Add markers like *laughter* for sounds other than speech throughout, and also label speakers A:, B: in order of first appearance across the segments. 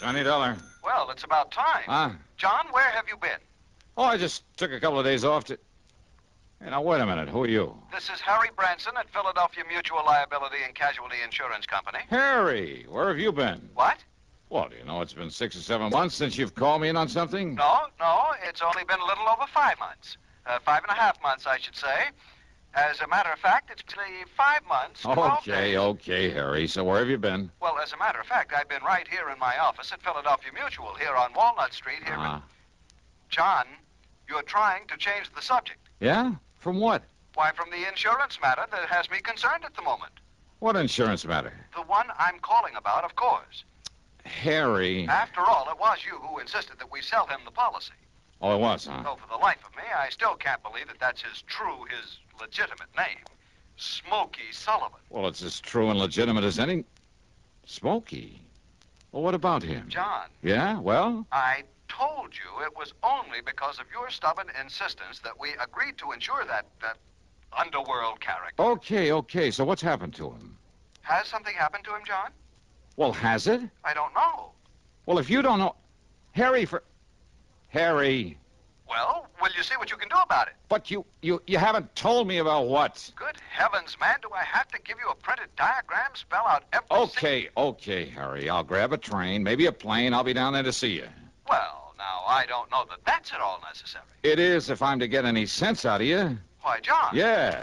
A: Twenty dollar.
B: Well, it's about time.
A: Huh?
B: John, where have you been?
A: Oh, I just took a couple of days off to. Hey, now wait a minute. Who are you?
B: This is Harry Branson at Philadelphia Mutual Liability and Casualty Insurance Company.
A: Harry, where have you been?
B: What?
A: Well, do you know it's been six or seven months since you've called me in on something?
B: No, no, it's only been a little over five months. Uh, five and a half months, I should say. As a matter of fact, it's really five months.
A: Oh,
B: 12
A: Okay,
B: days.
A: okay, Harry. So where have you been?
B: Well, as a matter of fact, I've been right here in my office at Philadelphia Mutual, here on Walnut Street, here. in-
A: Ah,
B: John, you're trying to change the subject.
A: yeah? From what?
B: Why, from the insurance matter that has me concerned at the moment.
A: What insurance matter?
B: The one I'm calling about, of course.
A: Harry.
B: After all, it was you who insisted that we sell him the policy.
A: Oh, it was, huh?
B: Though for the life of me, I still can't believe that that's his true, his legitimate name. Smokey Sullivan.
A: Well, it's as true and legitimate as any. Smoky. Well, what about him?
B: John,
A: Yeah, well?
B: I told you it was only because of your stubborn insistence that we agreed to insure that, that underworld character.
A: Okay, okay. So what's happened to him?
B: Has something happened to him, John?
A: Well, has it?
B: I don't know.
A: Well, if you don't know. Harry, for. Harry.
B: Well, will you see what you can do about it?
A: But you, you, you haven't told me about what.
B: Good heavens, man, do I have to give you a printed diagram, spell out every sing-
A: Okay, okay, Harry. I'll grab a train, maybe a plane. I'll be down there to see you.
B: Well, now, I don't know that that's at all necessary.
A: It is if I'm to get any sense out of you.
B: Why, John?
A: Yeah.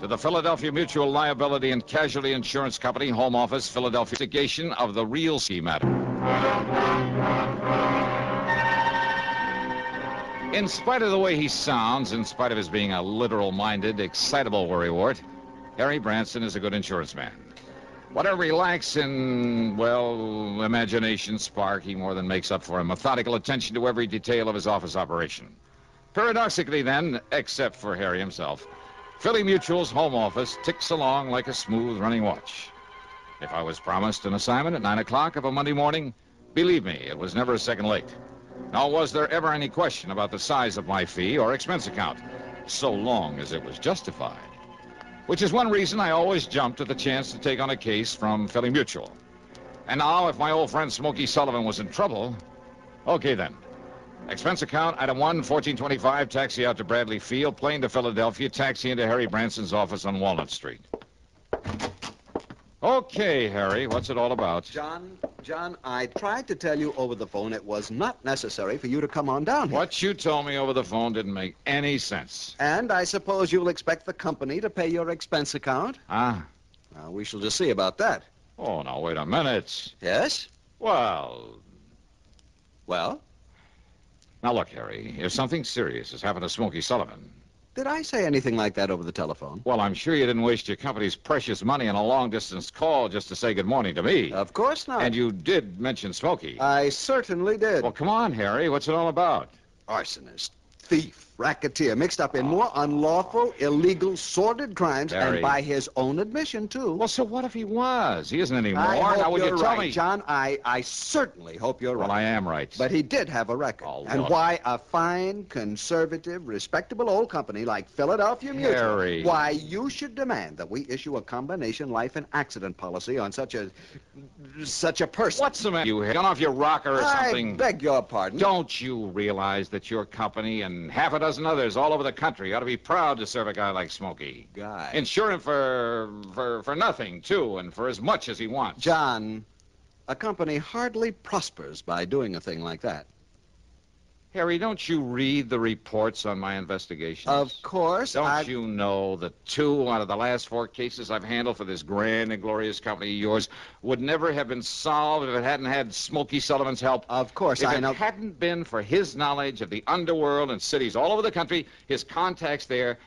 A: to the Philadelphia Mutual Liability and Casualty Insurance Company Home Office, Philadelphia. Investigation of the real C matter. In spite of the way he sounds, in spite of his being a literal minded, excitable worrywart, Harry Branson is a good insurance man. Whatever he lacks in, well, imagination spark, he more than makes up for in methodical attention to every detail of his office operation. Paradoxically, then, except for Harry himself, Philly Mutual's home office ticks along like a smooth running watch. If I was promised an assignment at 9 o'clock of a Monday morning, believe me, it was never a second late. Nor was there ever any question about the size of my fee or expense account, so long as it was justified. Which is one reason I always jumped at the chance to take on a case from Philly Mutual. And now, if my old friend Smokey Sullivan was in trouble, okay then. Expense account, item 1, 1425, taxi out to Bradley Field, plane to Philadelphia, taxi into Harry Branson's office on Walnut Street. Okay, Harry, what's it all about?
C: John, John, I tried to tell you over the phone it was not necessary for you to come on down here.
A: What you told me over the phone didn't make any sense.
C: And I suppose you'll expect the company to pay your expense account?
A: Huh?
C: Uh, we shall just see about that.
A: Oh, now, wait a minute.
C: Yes?
A: Well,
C: Well,
A: now look, Harry, if something serious has happened to Smoky Sullivan,
C: did I say anything like that over the telephone?
A: well, I'm sure you didn't waste your company's precious money on a long distance call just to say good morning to me.
C: Of course not.
A: and you did mention Smoky.
C: Uh, I certainly did.
A: well, come on, Harry, what's it all about?
C: Arsonist, thief, racketeer, mixed up in more unlawful, illegal, sordid crimes,
A: Harry.
C: and by his own admission, too.
A: Well, so what if he was? He isn't anymore.
C: I hope
A: now, will
C: you're
A: you tell
C: right,
A: me?
C: John. I, I certainly hope you're
A: Well,
C: right.
A: I am right.
C: But he did have a record.
A: Oh,
C: and
A: look.
C: why a fine, conservative, respectable old company like Philadelphia Mutual?
A: Harry.
C: Why you should demand that we issue a combination life and accident policy on such a such a person.
A: what's the matter? You hit off your rocker or something?
C: I beg your pardon.
A: Don't you realize that your company and half a dozen others all over the country ought to be proud to serve a guy like Smokey?
C: guy.
A: Insure him for for for nothing too, and for as much as he wants.
C: John, a company hardly prospers by doing a thing like that.
A: Harry, don't you read the reports on my investigations?
C: Of course,
A: Don't
C: I
A: you know that two out of the last four cases I've handled for this grand and glorious company of yours would never have been solved if it hadn't had Smokey Sullivan's help?
C: Of course,
A: if
C: I
A: it
C: know.
A: hadn't been for his knowledge of the underworld and cities all over the country, his contacts there,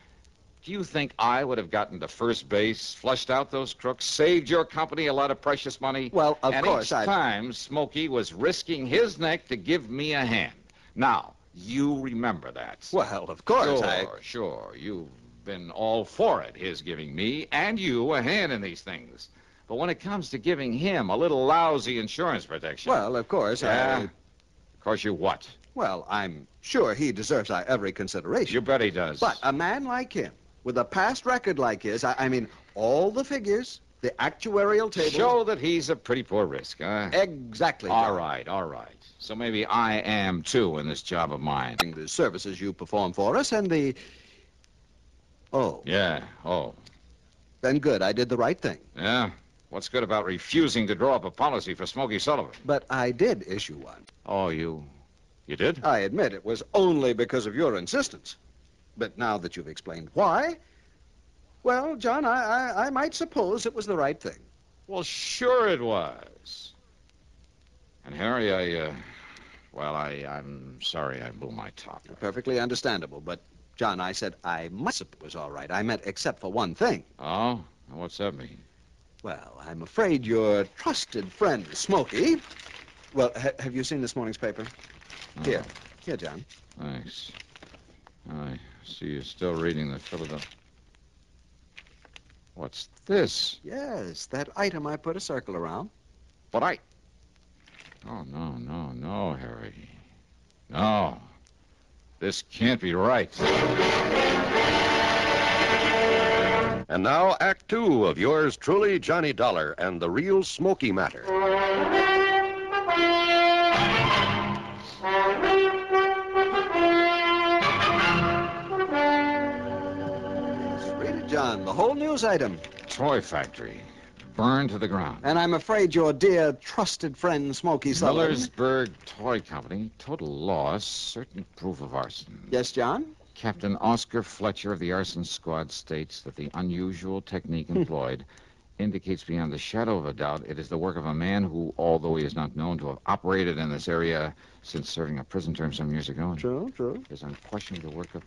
A: Do you think I would have gotten to first base, flushed out those crooks, saved your company a lot of precious money?
C: Well, of
A: and
C: course
A: each
C: I-
A: time Smokey was risking his neck to give me a hand. Now, you remember that.
C: Well, of course
A: sure,
C: I.
A: sure. You've been all for it, his giving me and you a hand in these things. But when it comes to giving him a little lousy insurance protection.
C: Well, of course
A: yeah.
C: I.
A: Of course, you what?
C: Well, I'm sure he deserves our every consideration.
A: You bet he does.
C: But a man like him, with a past record like his, I, I mean, all the figures, the actuarial table.
A: show that he's a pretty poor risk, huh?
C: Exactly.
A: All
C: Doc.
A: right, all right. So maybe I am too in this job of mine.
C: The services you perform for us and the. Oh,
A: Yeah. Oh.
C: then good. I did the right thing.
A: Yeah. What's good about refusing to draw up a policy for Smokey Sullivan?
C: But I did issue one.
A: Oh, you. You did?
C: I admit it was only because of your insistence. But now that you've explained why, well, John, I, I, I might suppose it was the right thing.
A: Well, sure it was. And Harry, I, uh, well, I, I'm sorry I blew my top.
C: Perfectly understandable. But, John, I said I must have it was all right. I meant except for one thing.
A: Oh, what's that mean?
C: Well, I'm afraid your trusted friend, Smokey. Well, ha- have you seen this morning's paper? Here. Here, John.
A: Oh, Thanks. I see you're still reading the Philadelphia. What's this?
C: Yes, that item I put a circle around.
A: But I. Oh no, no, no, Harry. No. This can't be right.
D: And now, Act Two of yours truly, Johnny Dollar and the Real Smoky Matter.
C: Yes, read it, John. The whole news item.
A: Toy factory. Burned to the ground.
C: And I'm afraid your dear trusted friend, Smokey Sullivan.
A: Millersburg Toy Company, total loss, certain proof of arson.
C: Yes, John?
A: Captain Oscar Fletcher of the arson squad states that the unusual technique employed indicates beyond the shadow of a doubt it is the work of a man who, although he is not known to have operated in this area since serving a prison term some years ago,
C: True, true.
A: is unquestionably the work of.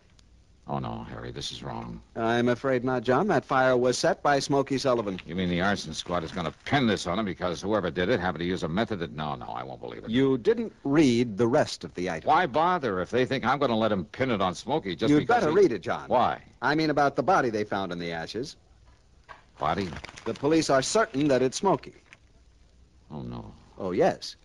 A: Oh, no, Harry, this is wrong.
C: I'm afraid not, John. That fire was set by Smokey Sullivan.
A: You mean the arson squad is going to pin this on him because whoever did it happened to use a method that. No, no, I won't believe it.
C: You didn't read the rest of the item.
A: Why bother if they think I'm going to let him pin it on Smokey just
C: You'd
A: because.
C: better
A: he-
C: read it, John.
A: Why?
C: I mean about the body they found in the ashes.
A: Body?
C: The police are certain that it's Smokey.
A: Oh, no.
C: Oh, yes.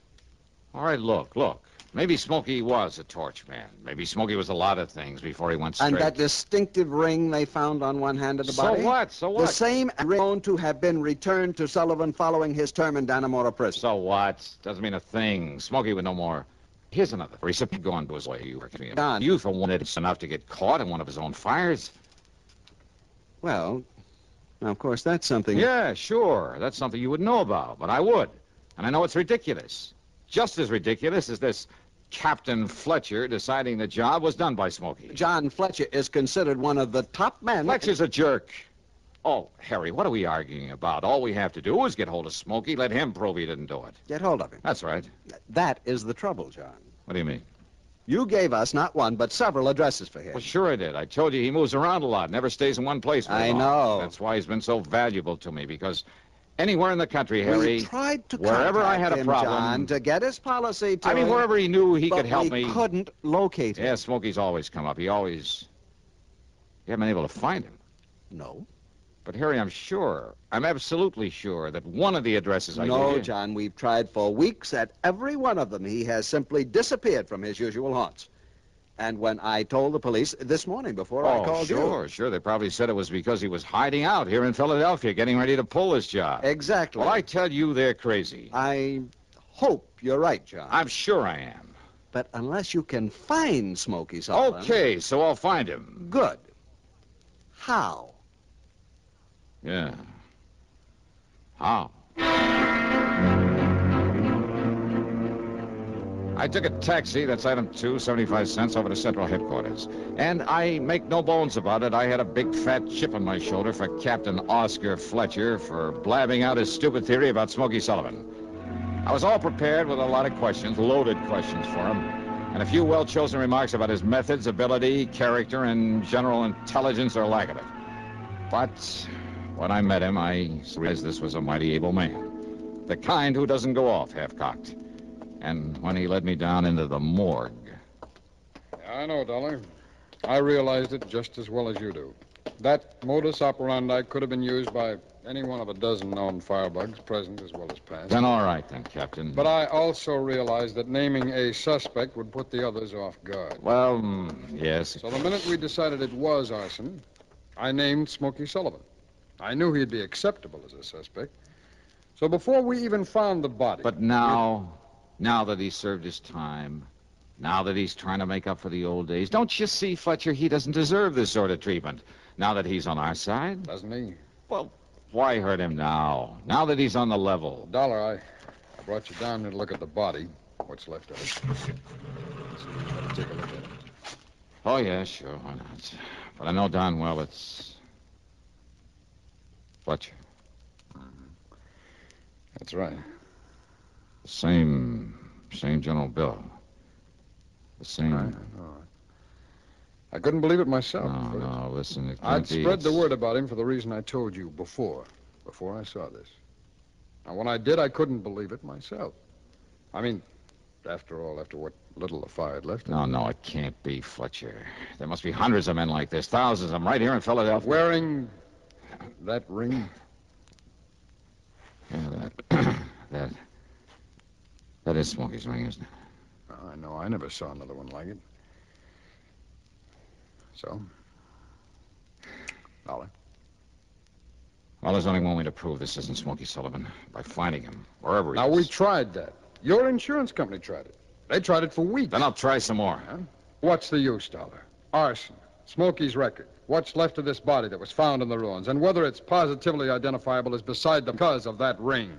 A: All right, look, look. Maybe Smokey was a torch man. Maybe Smokey was a lot of things before he went straight.
C: And that distinctive ring they found on one hand of the
A: so
C: body.
A: what? So
C: The
A: what?
C: same ring known to have been returned to Sullivan following his term in Dannemora prison.
A: So what? Doesn't mean a thing. Smokey would no more. Here's another. He's gone to his way. You reckon?
C: Don.
A: You for one, it's enough to get caught in one of his own fires.
C: Well, now, of course, that's something.
A: Yeah, sure. That's something you would know about, but I would. And I know it's ridiculous. Just as ridiculous as this Captain Fletcher deciding the job was done by Smokey.
C: John Fletcher is considered one of the top men.
A: Fletcher's a jerk. Oh, Harry, what are we arguing about? All we have to do is get hold of Smokey, let him prove he didn't do it.
C: Get hold of him.
A: That's right.
C: That is the trouble, John.
A: What do you mean?
C: You gave us not one, but several addresses for him.
A: Well, sure I did. I told you he moves around a lot, never stays in one place. very
C: I
A: long.
C: know.
A: That's why he's been so valuable to me, because anywhere in the country,
C: we
A: Harry,
C: tried to
A: wherever I
C: contact
A: had a
C: him,
A: problem-
C: John, to get his policy to
A: I mean,
C: him,
A: wherever he knew he
C: but
A: could help
C: we
A: me.
C: couldn't locate him.
A: Yeah, Smokey's always come up. He always. You haven't been able to find him.
C: No.
A: But, Harry, I'm sure, I'm absolutely sure that one of the addresses I gave
C: No,
A: you-
C: John, we've tried for weeks at every one of them. He has simply disappeared from his usual haunts. And when I told the police this morning before
A: Oh,
C: I called
A: sure, sure. They probably said it was because he was hiding out here in Philadelphia, getting ready to pull his job.
C: you. Exactly.
A: Well, I tell you, they're crazy.
C: I hope you're right, John.
A: I'm sure I am.
C: But unless you can find Smokey Sullivan.
A: Okay, so I'll find him.
C: Good. How?
A: Yeah. How? I took a taxi, that's item two, 75 cents, over to Central Headquarters. And I make no bones about it, I had a big fat chip on my shoulder for Captain Oscar Fletcher for blabbing out his stupid theory about Smokey Sullivan. I was all prepared with a lot of questions, loaded questions for him, and a few well chosen remarks about his methods, ability, character, and general intelligence or lack of it. But when I met him, I realized this was a mighty able man. The kind who doesn't go off half cocked. And when he led me down into the morgue.
E: I know, Dollar. I realized it just as well as you do. That modus operandi could have been used by any one of a dozen known firebugs, present as well as past.
A: Then, all right, then, Captain.
E: But I also realized that naming a suspect would put the others off guard.
A: Well, mm, yes.
E: So the minute we decided it was arson, I named Smoky Sullivan. I knew he'd be acceptable as a suspect. So before we even found the body.
A: But now, now that he's served his time, now that he's trying to make up for the old days, don't you see, Fletcher, he doesn't deserve this sort of treatment. Now that he's on our side,
E: Doesn't he?
A: well, why hurt him now? Now that he's on the level.
E: Dollar, I, I brought you down here to look at the body. What's left of it. Let's see, better take a look at it.
A: Oh, yeah, sure, why not? But I know darn well it's. Fletcher.
E: That's right.
A: Same. Same General Bill. The same.
E: I couldn't believe it myself.
A: No,
E: but
A: no, listen. It
E: I'd
A: can't be.
E: spread the
A: It's-
E: word about him for the reason I told you before, before I saw this. Now, when I did, I couldn't believe it myself. I mean, after all, after what little the fire had left,
A: No, no, it can't be, Fletcher. There must be hundreds of men like this, thousands of them right here in Philadelphia.
E: wearing that ring,
A: Yeah, that. *coughs* that. That is Smoky's ring, isn't it?
E: well, I know I never saw another one like it. So, Dollar,
A: Well, there's only one way to prove this isn't Smoky Sullivan by finding him, wherever he
E: now we
A: is.
E: tried that. Your insurance company tried it. They tried it for weeks.
A: Then I'll try some more.
E: What's the use, Dollar? Arson, Smoky's record, what's left of this body that was found in the ruins, and whether it's positively identifiable is beside the cause of that ring.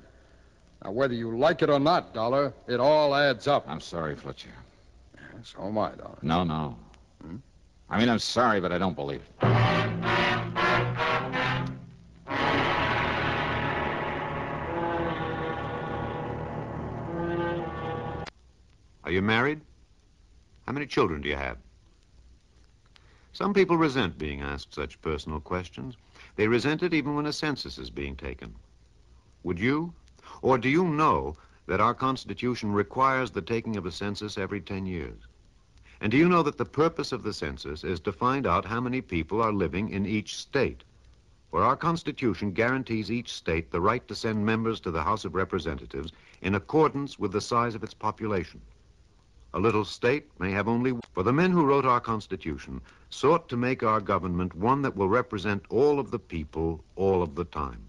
E: Now, whether you like it or not, Dollar, it all adds up.
A: I'm sorry, Fletcher.
E: So am I, Dollar.
A: No, no. I mean, I'm sorry, but I don't believe it.
F: Are you married? How many children do you have? Some people resent being asked such personal questions. They resent it even when a census is being taken. Would you? Or do you know that our Constitution requires the taking of a census every 10 years? And do you know that the purpose of the census is to find out how many people are living in each state? For our Constitution guarantees each state the right to send members to the House of Representatives in accordance with the size of its population. A little state may have only. For the men who wrote our Constitution sought to make our government one that will represent all of the people all of the time,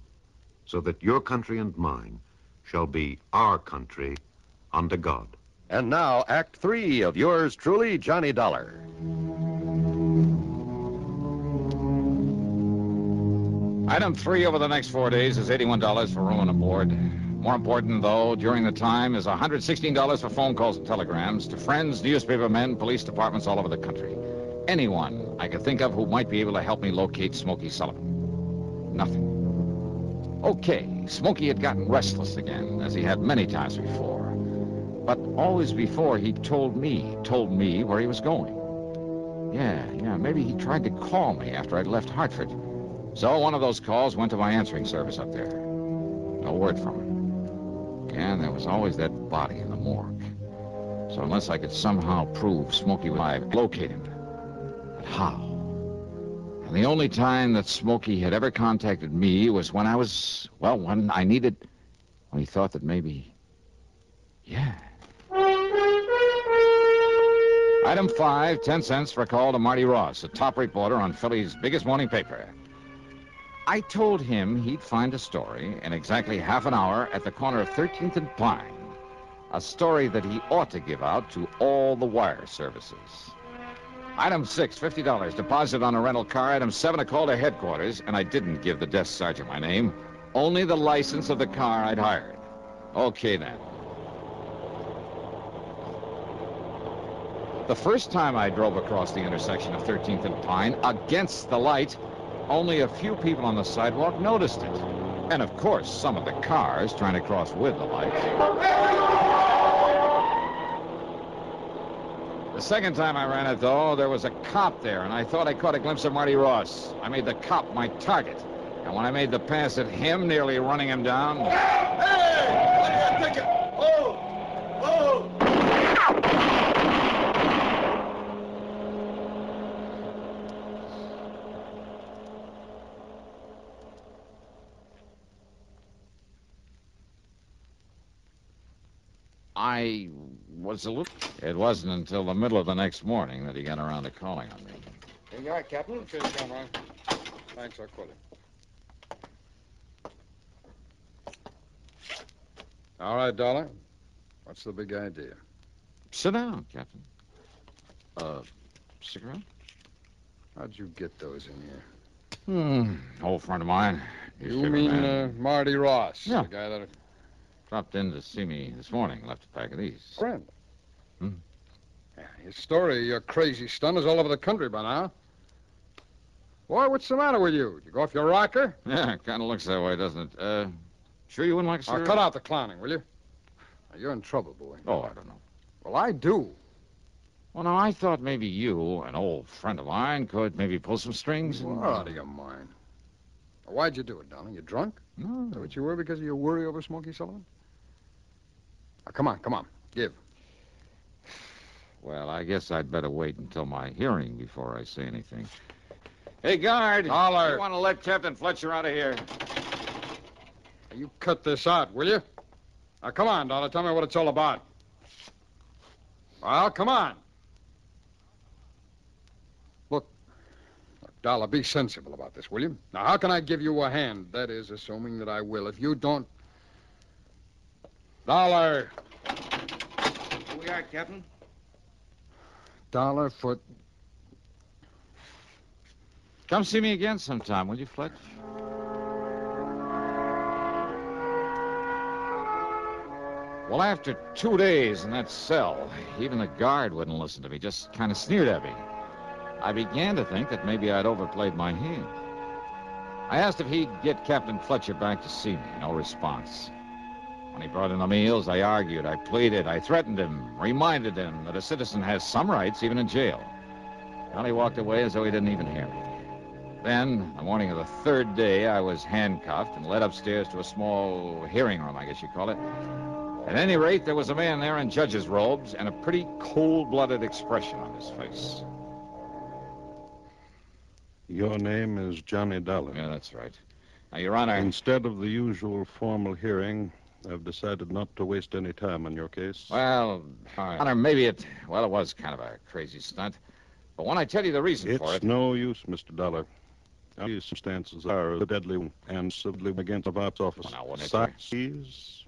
F: so that your country and mine shall be our country under God.
D: And now, Act Three of yours truly, Johnny Dollar.
A: Item three over the next four days is $81 for room and aboard. More important, though, during the time is $116 for phone calls and telegrams to friends, newspaper men, police departments all over the country. Anyone I could think of who might be able to help me locate Smokey Sullivan. Nothing. Okay, Smokey had gotten restless again, as he had many times before. But always before, he told me, told me where he was going. Yeah, yeah, maybe he tried to call me after I'd left Hartford. So one of those calls went to my answering service up there. No word from him. And there was always that body in the morgue. So unless I could somehow prove Smokey was alive, locate him. But how? And the only time that Smokey had ever contacted me was when I was, well, when I needed, when he thought that maybe, yeah. Item five, ten cents for a call to Marty Ross, a top reporter on Philly's biggest morning paper. I told him he'd find a story in exactly half an hour at the corner of 13th and Pine. A story that he ought to give out to all the wire services. Item six, $50 deposit on a rental car. Item seven, a call to headquarters. And I didn't give the desk sergeant my name, only the license of the car I'd hired. Okay, then. The first time I drove across the intersection of 13th and Pine against the light, only a few people on the sidewalk noticed it. And of course, some of the cars trying to cross with the light. The second time I ran it, though, there was a cop there, and I thought I caught a glimpse of Marty Ross. I made the cop my target. And when I made the pass at him, nearly running him down. I was a little. It wasn't until the middle of the next morning that he got around to calling on me.
E: Here you are, Captain. Cheers, camera. Thanks, I'll quit him. All right, Dollar. What's the big idea?
A: Sit down, Captain. Uh, cigarette?
E: How'd you get those in here?
A: Hmm. Old friend of mine. He's
E: You
A: bigger
E: mean
A: man.
E: uh, Marty Ross?
A: Yeah.
E: The guy that.
A: Dropped in to see me this morning. Left a pack of these.
E: Friend.
A: Hmm.
E: Yeah, your story, your crazy stunt is all over the country by now. Boy, what's the matter with you? Did you go off your rocker?
A: *laughs* Yeah, kind of looks that way, doesn't it? Uh, sure you wouldn't like a
E: Now,
A: cigarette?
E: Uh, cut out the clowning, will you? Now, you're in trouble, boy.
A: Oh, I don't know.
E: Well, I do.
A: Well, now I thought maybe you, an old friend of mine, could maybe pull some strings. and-
E: You're out of your mind. Now, Why'd you do it, Donald? You drunk? Is that
A: No.
E: what you were because of your worry over Smoky Sullivan? Now, come on, come on.
A: Well, I guess I'd better wait until my hearing before I say anything. Hey, guard.
E: Dollar.
A: You want to let Captain Fletcher out of here?
E: Now, You cut this out, will you? Now, come on, Dollar. Tell me what it's all about. Well, come on. Look, look, Dollar, be sensible about this, will you? Now, how can I give you a hand? That is, assuming that I will. If you don't. Dollar!
G: Here we are, Captain.
E: Dollar for.
A: Come see me again sometime, will you, Fletch? Well, after two days in that cell, even the guard wouldn't listen to me, just kind of sneered at me. I began to think that maybe I'd overplayed my hand. I asked if he'd get Captain Fletcher back to see me. No response. When he brought in the meals, I argued, I pleaded, I threatened him, reminded him that a citizen has some rights even in jail. Johnny walked away as though he didn't even hear me. Then, the morning of the third day, I was handcuffed and led upstairs to a small hearing room, I guess you call it. At any rate, there was a man there in judge's robes and a pretty cold blooded expression on his face.
H: Your name is Johnny Dollar.
A: Yeah, that's right. Now, Your Honor.
H: Instead of the usual formal hearing, I've decided not to waste any time on your case.
A: Well, Your Honor, maybe it. Well, it was kind of a crazy stunt. But when I tell you the reason for
H: It's
A: it.
H: no use, Mr. Dollar. These substances are a deadly one and civilly against the VOP's office.
A: Well, now, wouldn't it
H: Sign these,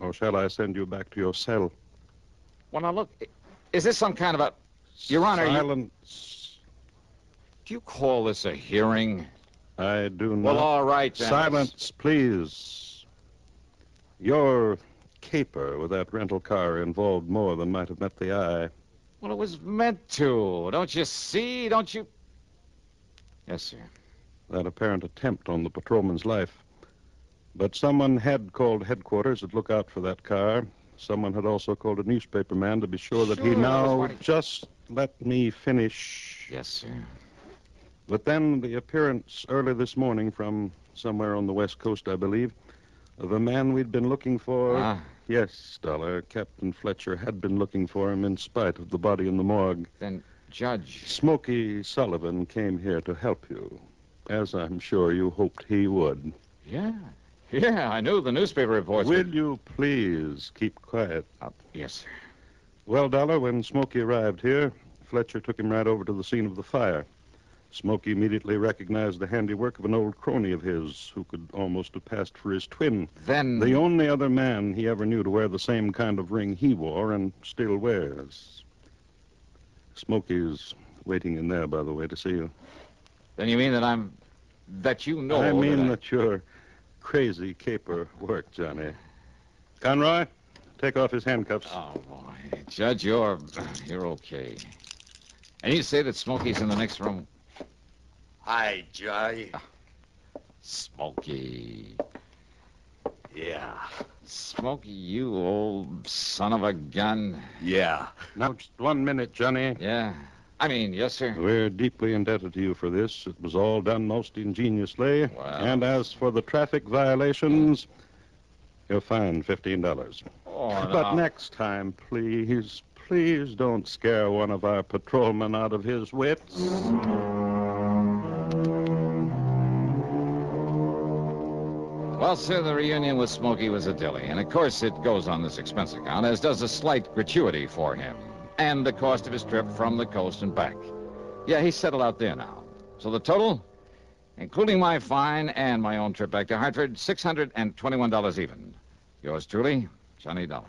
H: or shall I send you back to your cell?
A: Well, now, look. i- Is this some kind of a. Your Honor, you-
H: Silence.
A: Do you call this a hearing?
H: I do
A: Well,
H: not.
A: all right then.
H: Silence, please. Your caper with that rental car involved more than might have met the eye.
A: Well, it was meant to. Don't you see? Don't you? Yes, sir.
H: that apparent attempt on the patrolman's life. But someone had called headquarters to look out for that car. Someone had also called a newspaper man to be sure that he
A: Sure,
H: now
A: that's what-
H: just let me finish.
A: Yes, sir.
H: But then the appearance early this morning from somewhere on the west coast, I believe, of a man we'd been looking for.
A: Ah,
H: Yes, Dollar. Captain Fletcher had been looking for him in spite of the body in the morgue.
A: Judge.
H: Smoky Sullivan came here to help you, as I'm sure you hoped he would.
A: Yeah. Yeah, I knew the newspaper reports.
H: Will you please keep quiet?
A: Yes, sir.
H: Well, Dollar, when Smoky arrived here, Fletcher took him right over to the scene of the fire. Smoky immediately recognized the handiwork of an old crony of his who could almost have passed for his twin.
A: Then.
H: The only other man he ever knew to wear the same kind of ring he wore and still wears. Smoky's waiting in there, by the way, to see you.
A: Then you mean that I'm. That you know.
H: I mean
A: that.
H: that your crazy caper worked, Johnny. Conroy, take off his handcuffs.
A: I- Oh, boy. Judge, you're. You're okay. And you say that Smokey's in the next room?
H: Ah.
G: Hi, Johnny.
A: Smokey. Yeah. Smokey, you old son of a gun.
H: Yeah. Now, just one minute, Johnny.
A: Yeah. I mean, yes, sir.
H: We're deeply indebted to you for this. It was all done most ingeniously.
A: Wow.
H: And as for the traffic violations, you're fined $15.
A: Oh,
H: But
A: no.
H: next time, please, please don't scare one of our patrolmen out of his wits.
A: Well, sir, the reunion with Smokey was a dilly, and of course it goes on this expense account, as does a slight gratuity for him, and the cost of his trip from the coast and back. Yeah, he's settled out there now. So the total, including my fine and my own trip back to Hartford, $621 even. Yours truly, Johnny Dollar.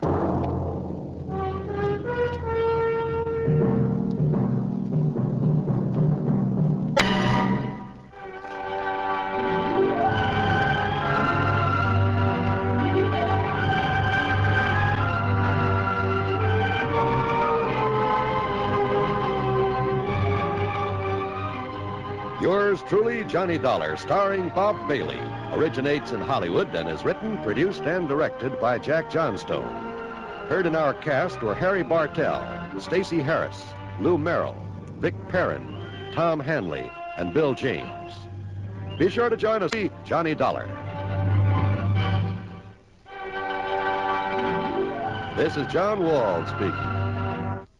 D: Yours truly, Johnny Dollar, starring Bob Bailey, originates in Hollywood and is written, produced, and directed by Jack Johnstone. Heard in our cast were Harry Bartell, Stacy Harris, Lou Merrill, Vic Perrin, Tom Hanley, and Bill James. Be sure to join us, see Johnny Dollar. This is John Wald speaking.